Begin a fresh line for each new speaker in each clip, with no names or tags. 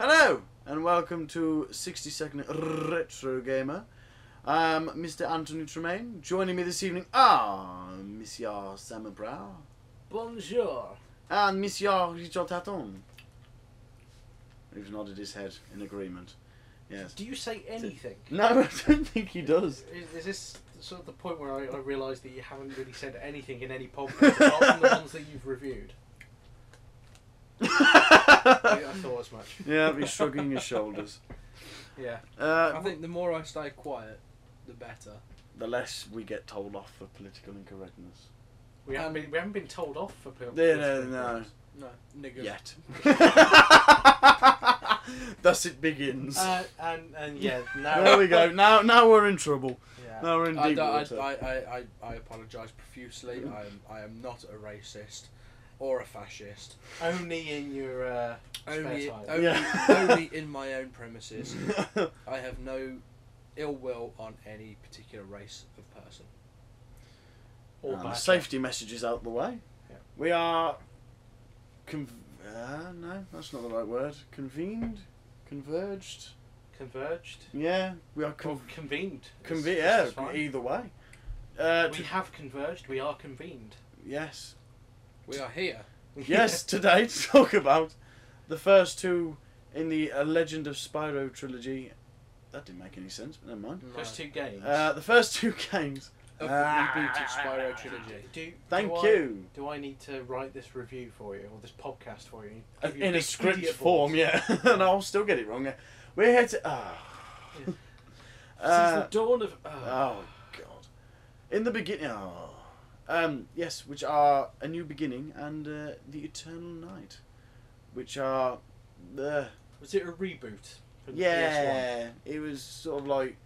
Hello and welcome to 60 Second Retro Gamer. I'm Mr. Anthony Tremaine. Joining me this evening are Monsieur Simon Brow
Bonjour.
and Monsieur Richard Taton. He's nodded his head in agreement. Yes.
Do you say anything?
No, I don't think he does.
Is, is this sort of the point where I, I realise that you haven't really said anything in any podcast apart from the ones that you've reviewed? I, I thought as much.
yeah, he's shrugging his shoulders.
Yeah.
I
Uh,
think the more I stay quiet, the better.
the less we get told off for political incorrectness.
We
Um,
haven't been, we haven't been told off for pil-
Yeah, no, no.
No, nigga.
Yet. Thus it begins.
Uh, and and yeah, now
there we go. Now, now we're in trouble.
Yeah.
Now we're in
I,
deep
do- I,
water.
I, I, I, I apologise profusely.
Mm.
I am, I am not a racist or a fascist.
Only in your uh,
Only,
spare time.
only,
Yeah.
only in my own premises. I have no ill will on any particular race of person.
or
And the
badger.
Ah, safety messages out the way.
Yeah.
We are. Conv- uh, no, that's not the right word. Convened? Converged?
converged.
Yeah, we are
Or
conv-
convened. It's-
conve-
it's
Yeah,
fine.
either way. Uh,
we
to-
have converged. We are convened.
yes.
We are here.
yes, today to talk about the first two in the uh, Legend of Spyro trilogy. That didn't make any sense, but never mind.
Those two games.
Uh, the first two games. Ah,
Of the rebooted Spyro trilogy.
Do,
Thank
do I-
you.
do I need to write this review for you or this podcast for you?
Uh,
Give you
In a
big
script
idiot
form,
balls?
yeah. and I'll still get it wrong. We're here to. ah.
Yeah. Since
Uh,
Since the dawn of. Oh,
Oh God! In the beginning, oh. um, yes, which are a new beginning and uh, the eternal night, which are the
was it a reboot? From the
yeah. It was sort of like,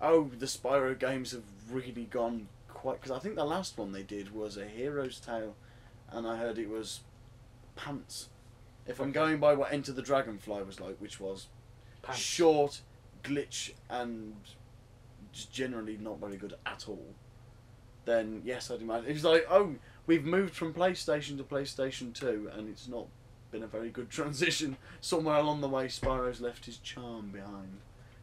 oh, the Spyro games have really gone quite because I think the last one they did was a Hero's Tale, and I heard it was pants. If I'm
Okay.
going by what Enter the Dragonfly was like, which was
PS1 Pants.
short, glitch, and just generally not very good at all, then yes, I'd imagine. It's like, oh, we've moved from PlayStation to PlayStation 2, and it's not been a very good transition. Somewhere along the way, Spyro's left his charm behind.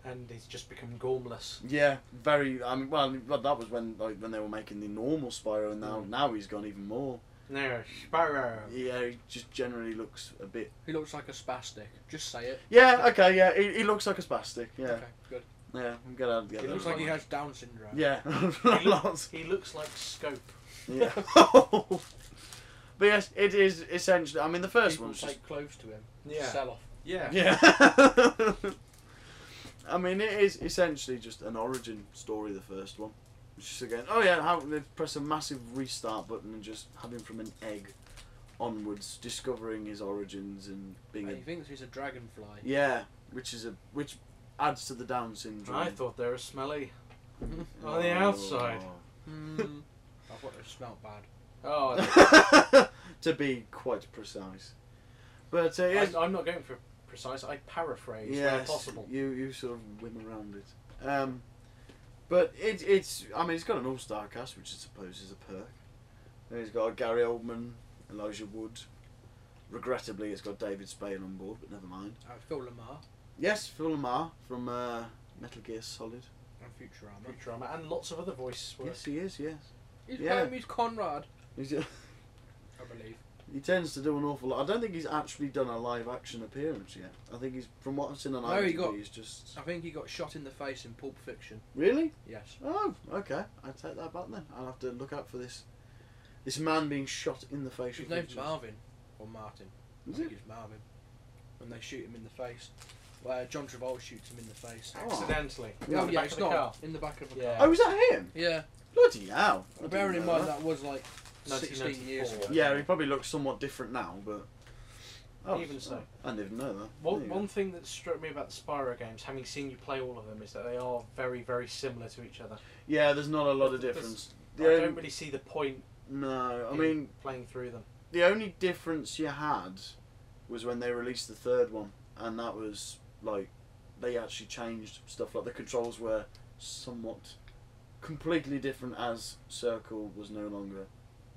And he's just become gormless.
Yeah, very. I mean, well, that was when like when they were making the normal Spyro, and now
Mm.
now he's gone even more.
No, Sparrow.
Yeah, he just generally looks a bit.
He looks like a spastic. Just say it.
Yeah, okay, yeah, he, he looks like a spastic. Yeah,
Okay, good.
yeah, I'm gonna have to get
He
He
that
looks
Yeah.
like he
one.
has Down syndrome.
Yeah,
He
lots.
looks, he looks like Scope.
Yeah. but yes, it is essentially. I mean, the first
People
one's just
take clothes to him.
Yeah.
Sell off.
Yeah.
yeah. I mean, it is essentially just an origin story. The first one, it's just again, oh yeah, how they press a massive restart button and just have him from an egg onwards, discovering his origins and being
And
a
he thinks he's a dragonfly.
yeah, which is a which adds to the Down syndrome Oh.
I thought they were smelly. on the outside.
Hmm.
Mm. I thought it smelled bad.
Oh, I-
to be quite precise, but uh, yes,
I, I'm not going for precise. I paraphrase where
yes,
possible.
You you sort of whim around it. Um, but it, it's I mean it's got an all star cast, which I suppose is a perk. Then it's got Gary Oldman, Elijah Wood. Regrettably, it's got David Spain on board, but never mind.
Uh, Phil Lamar
Yes, Phil Lamar from uh, Metal Gear Solid.
and Futurama.
Futurama and lots of other voice work.
Yes, he is. Yes,
His
Yeah.
name is Conrad,
He's a-
I believe.
he tends to do an awful lot. I don't think he's actually done a live action appearance yet. I think he's from what I've seen on
No, he
IMDb,
got-
he's just
I think he got shot in the face in Pulp Fiction.
really.
Yes.
Oh, okay. I take that back then. I'll have to look out for this. This man being shot in the face.
His
with
name's
pictures.
Marvin or Martin.
Is
I think
it?
it's Marvin. And they shoot him in the face. Well, John Travolta shoots him in the face.
Oh.
Accidentally.
Yeah,
on the
yeah,
back
it's
of the car.
not in the back of a
Yeah.
Oh,
car.
was that him?
Yeah.
Bloody hell! I didn't
Bearing in
know
mind that was like 16 years
1994.
ago.
that-
Yeah, he probably looks somewhat different now, but. Oh,
Even so.
I didn't even know that. There
One,
you go.
one thing that struck me about the Spyro games, having seen you play all of them, is that they are very, very similar to each other.
Yeah, there's not a lot of
There's-
difference.
I
The
don't
only-
really see the point
no, I
in
mean
playing through them.
the only difference you had was when they released the third one, and that was like they actually changed stuff. Like the controls were somewhat completely different as Circle was no longer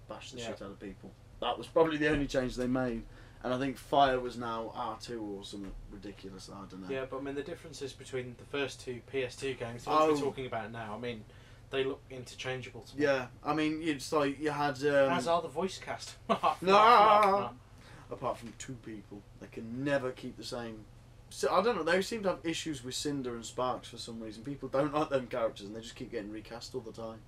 bash the
Yeah.
shit out of people. That was probably the only change they made. And I think Fire was now R2 or something ridiculous, I don't know.
Yeah, but I mean the differences between the first two PS2 games, the ones
Oh.
we're talking about now, I mean, they look interchangeable to me.
Yeah, I mean, it's like you had. Um,
As are the voice cast.
No. apart from two people. They can never keep the same. So I don't know. They seem to have issues with Cinder and Sparks for some reason. People don't like them characters, and they just keep getting recast all the time.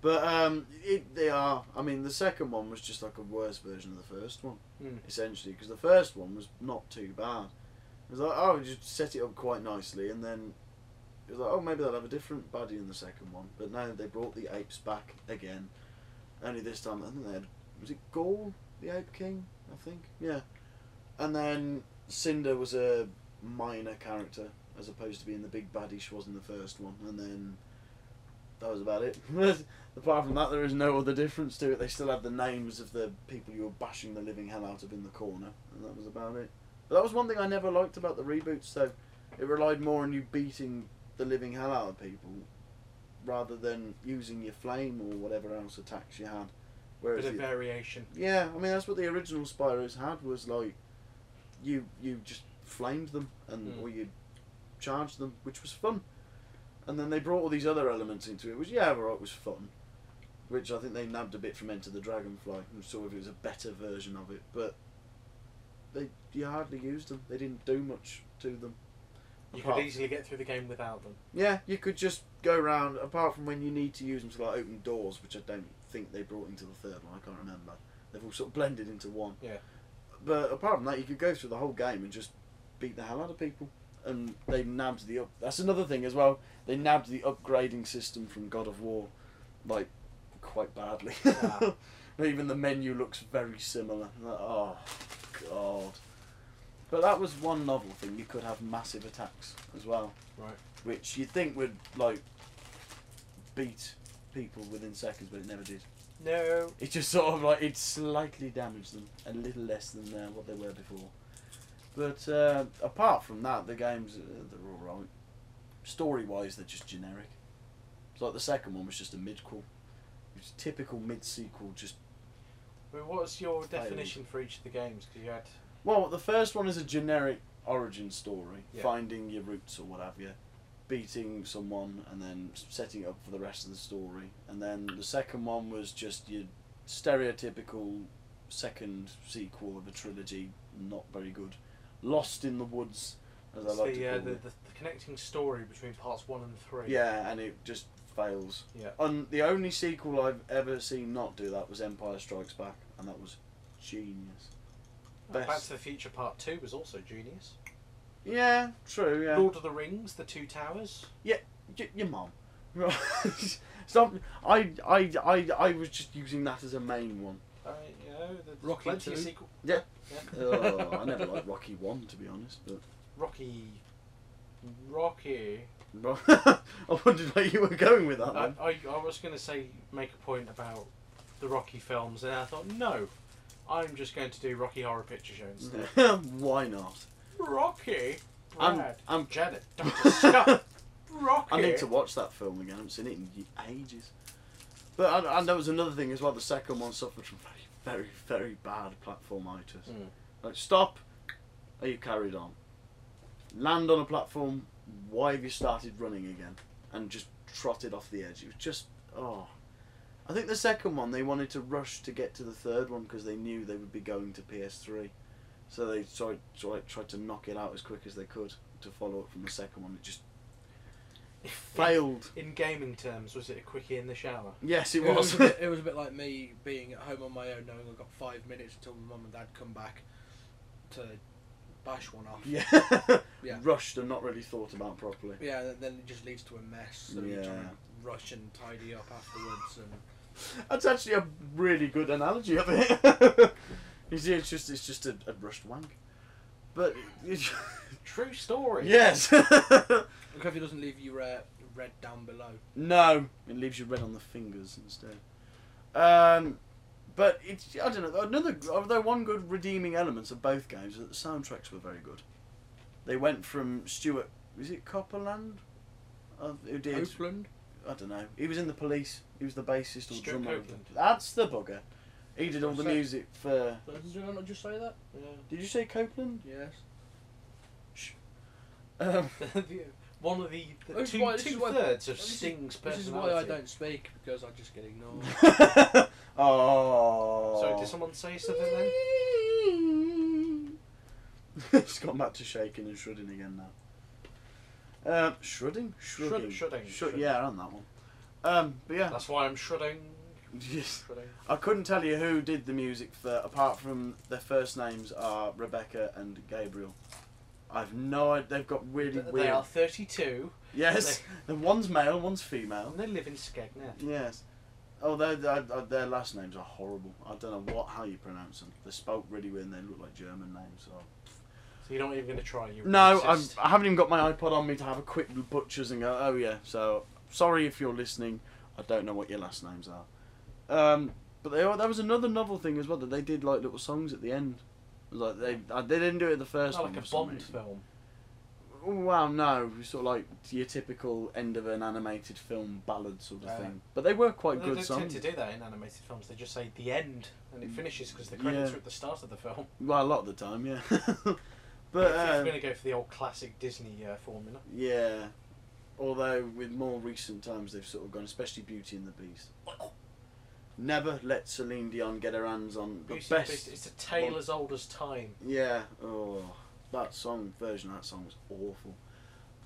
But um, it, they are. I mean, the second one was just like a worse version of the first one,
Mm.
essentially, because the first one was not too bad. It was like, oh, you just set it up quite nicely, and then it was like, oh, maybe they'll have a different buddy in the second one. But no, they brought the apes back again. Only this time, I think they had. Was it Gaul, the Ape King? I think. Yeah. And then Cinder was a minor character as opposed to being the big baddie she was in the first one. And then that was about it. Apart from that, there is no other difference to it. They still had the names of the people you were bashing the living hell out of in the corner, and that was about it. But that was one thing I never liked about the reboots, though. It relied more on you beating the living hell out of people rather than using your flame or whatever else attacks you had.
Bit
Whereas
of
the-
variation.
yeah, I mean that's what the original Spyros had was like, you you just flamed them and
Mm.
or you charged them, which was fun. And then they brought all these other elements into it, which yeah, all right, it was fun. Which I think they nabbed a bit from Enter the Dragonfly and saw if it was a better version of it, but they you hardly used them. They didn't do much to them.
You
Apart-
could easily get through the game without them.
yeah, you could just go round. Apart from when you need to use them to like open doors, which I don't think they brought into the third one. I can't remember. They've all sort of blended into one.
Yeah.
But apart from that, you could go through the whole game and just beat the hell out of people. And they nabbed the up. That's another thing as well. They nabbed the upgrading system from God of War, like quite badly.
Ah.
Even the menu looks very similar. Like, oh, god. But that was one novel thing. You could have massive attacks as well
Right.
which you'd think would like beat people within seconds, but it never did.
No.
It just sort of like it slightly damaged them a little less than uh, what they were before. But uh, apart from that, the games uh, they're all right. Story wise, they're just generic. It's like the second one was just a midquel. It's typical mid sequel, just
I mean, what's your definition for each of the games? Because you had.
Well, the first one is a generic origin story,
Yeah.
finding your roots or what have you, beating someone and then s- setting it up for the rest of the story. And then the second one was just your stereotypical second sequel of a trilogy, not very good. Lost in the Woods, as I
it's
like
the,
to
uh,
call
the, the,
it.
the connecting story between parts one and three.
Yeah, and it just fails.
Yeah.
And the only sequel I've ever seen not do that was Empire Strikes Back, and that was genius.
Back
Best.
to the Future Part Two was also genius.
Yeah, true, yeah.
Lord of the Rings, The Two Towers.
y- your mum. Stop. I, I, I, I was just using that as a main one.
Uh, you know, there's
Rocky
plenty of
Two.
sequel-
Yeah.
yeah.
Oh, I never liked Rocky 1, to be honest. But
Rocky. Rocky.
I wondered where you were going with that
I,
one.
I, I was going to say, make a point about the Rocky films, and I thought, no, I'm just going to do Rocky Horror Picture Show instead.
Why not?
Rocky?
I'm-
Brad.
I'm-
Janet. Dr. Scott. Rocky.
I need to watch that film again. I haven't seen it in ye- ages. But and, and there was another thing as well. The second one suffered from very, very, very bad platformitis.
Mm.
Like stop. Are you carried on? Land on a platform. Why have you started running again? And just trotted off the edge. It was just oh. I think the second one they wanted to rush to get to the third one because they knew they would be going to PS3, so they tried tried, tried to knock it out as quick as they could to follow up from the second one. It just failed.
In gaming terms, was it a quickie in the shower?
Yes, it
was.
was.
a bit, it was a bit like me being at home on my own, knowing I've got five minutes until my mum and dad come back to bash one off.
yeah.
Yeah.
rushed and not really thought about properly.
Yeah, and then it just leads to a mess. So you try
Yeah.
and rush and tidy up afterwards. And
That's actually a really good analogy of it. you see, it's just it's just a, a rushed wank. But it's-
True story.
yes,
the coffee doesn't leave you red, red down below.
no, it leaves you red on the fingers instead. Um, but it's I don't know. Another although one good redeeming elements of both games is that the soundtracks were very good. They went from Stuart. Is it Copperland? Uh, who did?
Oakland.
I don't know. He was in the police. He was the bassist or
Stuart
drummer.
Copeland.
That's the bugger. He did all
What's
the
that?
music for.
Did I not just say that? Yeah.
Did you say Copeland?
Yes.
Um,
One of the, the
This is
two,
why- this is
two
why-
thirds of
this is-
Sting's
This
personality.
is why I don't speak because I just get ignored.
oh.
So did someone say something then?
it's gone back to shaking and shrudding again now. Um, shrudding, shrugging,
shrudding,
Shru-
shrudding.
yeah, on that one. Um, but yeah,
That's why I'm shrudding.
yes.
shrudding.
I couldn't tell you who did the music for, apart from their first names are Rebecca and Gabriel. I've no idea. They've got really
They-
weird.
They are 32
yes, the one's male, one's female.
and they live in Skegness.
Yes. Oh, their, their, their last names are horrible. I don't know what how you pronounce them. They spoke really weird and they look like German names. So.
So you're not even going to try. You
No, I'm,
resist.
I haven't even got my iPod on me to have a quick butchers and go, oh yeah, so sorry if you're listening, I don't know what your last names are. Um, but they, there was another novel thing as well that they did like little songs at the end. Like they, uh, they didn't do it the first
Not
one.
like
for
a
some
Bond
reason.
film.
Well, no, sort of like your typical end of an animated film ballad sort of
Ah.
thing. But they were quite
Well, they
good
don't
songs.
tend to do that in animated films. They just say the end and it finishes because the credits
Yeah.
are at the start of the film.
Well, a lot of the time, yeah. but
But, if
uh,
you're going to go for the old classic Disney uh, formula,
yeah, although with more recent times they've sort of gone, especially Beauty and the Beast. Never let Celine Dion get her hands on the
Beauty and the
best.
Beast, it's a tale
one-
as old as time.
Yeah. Oh, that song version of that song was awful.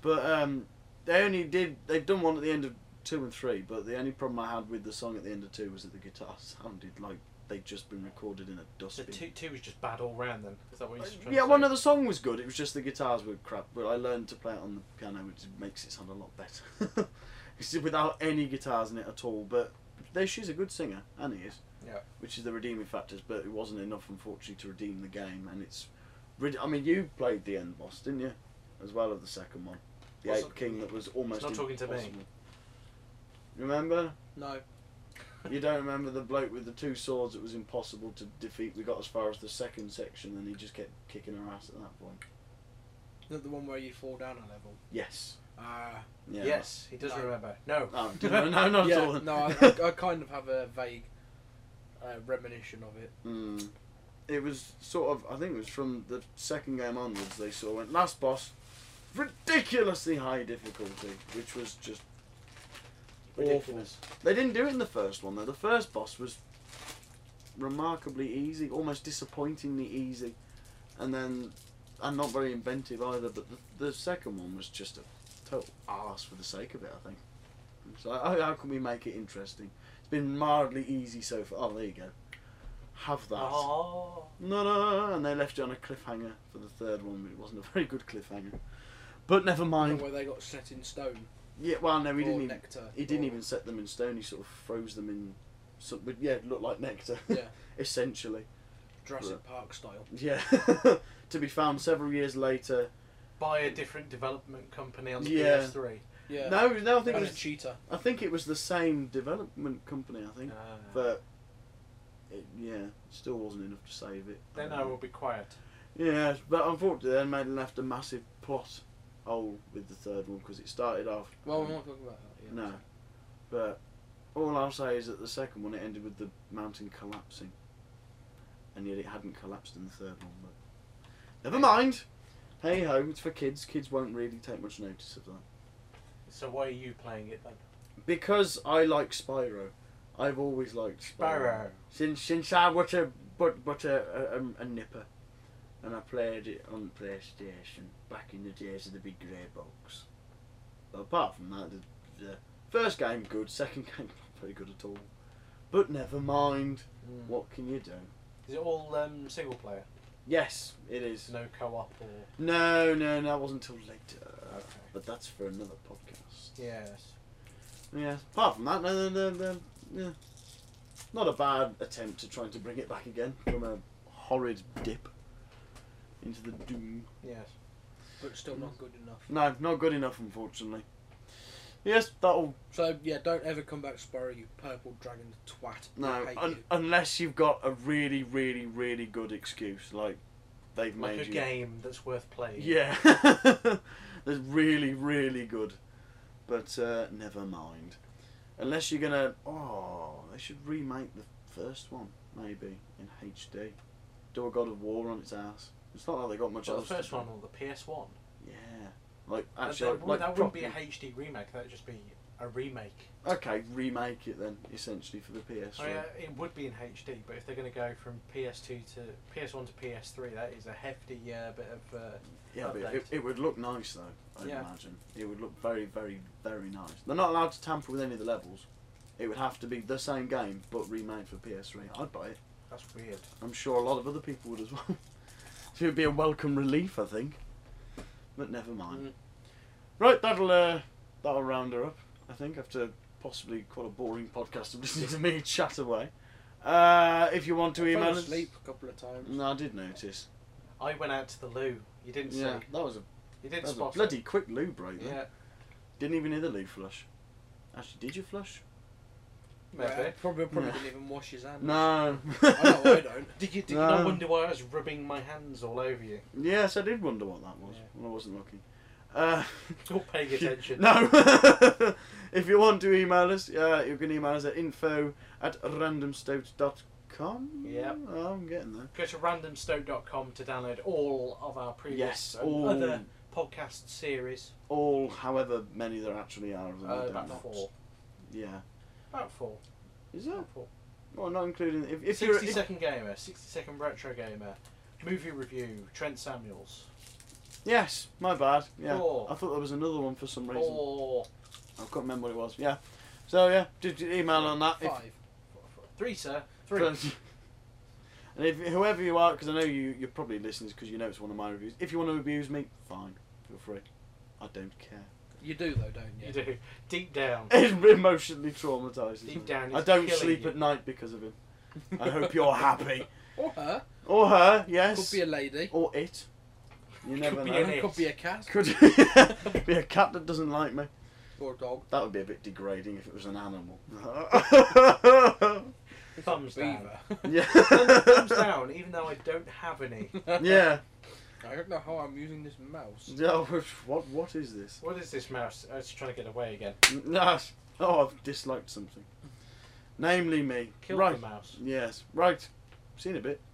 But um, they only did. They've done one at the end of two and three. But the only problem I had with the song at the end of two was that the guitar sounded like they'd just been recorded in a
So
dustbin.
two two is just bad all round. Then is that what you're trying to
Uh, Yeah,
say?
well, no, the song was good. It was just the guitars were crap. But I learned to play it on the piano, which makes it sound a lot better. It's without any guitars in it at all. But there, she's a good singer, and he is.
Yeah.
Which is the redeeming factors, but it wasn't enough, unfortunately, to redeem the game. And it's, rid- I mean, you played the end boss, didn't you? As well of the second one, the
Wasn't-
Ape King that was almost
not talking to me.
impossible. Remember?
No.
You don't remember the bloke with the two swords that was impossible to defeat? We got as far as the second section, and he just kept kicking her ass at that point.
Not the one where you fall down a level.
Yes.
Ah.
Yeah.
Yes, he does
No.
remember. No.
Oh, no, no, not
yeah,
at all.
No, I, I, I kind of have a vague uh, reminiscence of it.
Mm. It was sort of, I think it was from the second game onwards, they sort of went, last boss, ridiculously high difficulty, which was just
Ridiculous.
awful. They didn't do it in the first one, though. The first boss was remarkably easy, almost disappointingly easy, and then, and not very inventive either, but the, the second one was just a total arse for the sake of it, I think. It's like, oh, how can we make it interesting? It's been mildly easy so far. Oh, there you go. Have that.
Oh,
No, no, no, and they left it on a cliffhanger for the third one, but it wasn't a very good cliffhanger. But never
Not
mind.
Where they got set in stone.
Yeah, well, no, he
or
didn't even.
nectar.
He didn't
or-
even set them in stone. He sort of froze them in. Some, but yeah, it looked like nectar.
Yeah.
Essentially.
Jurassic
Right.
Park style.
Yeah. to be found several years later.
by a different development company on the
Yeah.
PS3.
Yeah.
No, no, I think
and
it
a
was.
cheetah.
I think it was the same development company. I think,
Ah.
but. It, yeah, still wasn't enough to save it.
then I will be quiet.
Yeah, but unfortunately, then made left a massive plot hole with the third one because it started off.
Well, we're not talking about that. Yeah,
No. But all I'll say is that the second one it ended with the mountain collapsing. And yet it hadn't collapsed in the third one, but never mind. Hey ho, it's for kids. Kids won't really take much notice of that.
So why are you playing it then?
Because I like Spyro. I've always liked Spyro.
Sparrow.
Since since I was a but but a, a, um, a nipper. And I played it on PlayStation back in the days of the big grey box. But apart from that, the, the first game good, second game not very good at all. But never mind.
Mm.
What can you do?
Is it all um, single player?
Yes, it is.
No co-op or
No, no, no, that wasn't until later.
Okay.
But that's for another podcast.
yes.
Yeah. Apart from that, no, no, no, no, yeah. Not a bad attempt to trying to bring it back again from a horrid dip into the doom.
Yes.
But still not good enough.
No, not good enough, unfortunately. Yes, that'll
So yeah, don't ever come back, Spyro. You purple dragon twat.
no,
I hate
un-
you.
unless you've got a really, really, really good excuse, like they've
Like
made
a
you.
game that's worth playing.
Yeah, that's really, really good. But uh, never mind. Unless you're gonna, oh, they should remake the first one maybe in HD. Do a God of War on its ass. It's not like they got much
Well, the
else. to
first
do.
one on the PS1.
Yeah. Like
That-
actually,
that,
like
that wouldn't be a
proper-
HD remake. That'd just be a remake.
Okay, remake it then, essentially for the PS3.
I mean, uh, it would be in HD, but if they're going to go from PS2 to PS1 to PS3, that is a hefty uh, bit of. Uh,
Yeah, but it,
update.
it would look nice though. I
Yeah.
imagine it would look very, very, very nice. They're not allowed to tamper with any of the levels. It would have to be the same game but remade for PS3. I'd buy it.
that's weird.
I'm sure a lot of other people would as well. so it would be a welcome relief, I think. But never mind.
Mm.
Right, that'll uh, that'll round her up. I think after possibly quite a boring podcast of listening to me chat away. Uh, if you want to
I
email
fell
us,
asleep a couple of times.
no, I did notice.
I went out to the loo. You didn't
Yeah,
see.
that was a,
You
that
didn't
was a
spot
bloody quick loo break.
it.
Then.
Yeah,
Didn't even hear the loo flush. Actually, did you flush?
maybe.
Right, probably probably
Yeah.
didn't even wash his hands.
No.
I know I don't.
Did you? Did you
No.
not wonder why I was rubbing my hands all over you?
yes, I did wonder what that was
Yeah.
when I wasn't looking. Uh,
You're paying attention.
No. if you want to email us, uh, you can email us at info at randomstoat.com.
Yep.
Oh, I'm getting there.
Go to randomstoke.com to download all of our previous
Yes,
and
all-
other podcast series.
All, however many there actually are of them. I
Uh,
don't
about
know.
four.
Yeah.
About four.
Is that?
About four.
Well, not including. If, if you're.
60
If,
Second Gamer, 60 Second Retro Gamer, Movie Review, Trent Samuels,
yes, my bad. Yeah.
Four.
I thought there was another one for some reason.
or
I can't remember what it was. Yeah. So, yeah, just email on that. if-
Five.
three, sir. Three.
And if whoever you are, because I know you, you're probably listening because you know it's one of my reviews. If you want to abuse me, fine, feel free. I don't care.
You do though, don't you?
You do. Deep down.
It emotionally traumatises me.
Deep down,
I
it's
don't
killing
sleep
you.
at night because of him. I hope you're happy.
Or her.
Or her, yes.
Could be a lady.
or it. You
Could
never
be
know.
an it.
Could be a cat.
Could be a cat that doesn't like me.
Or a dog.
That would be a bit degrading if it was an animal.
Thumbs down.
Beaver.
yeah.
Thumbs down, even though I don't have any.
Yeah.
I don't know how I'm using this mouse.
Yeah. What? What is this?
What is this mouse? Oh, it's trying to get away again.
No. Oh, I've disliked something. Namely me.
Kill
right.
the mouse.
Yes. Right. Seen a bit.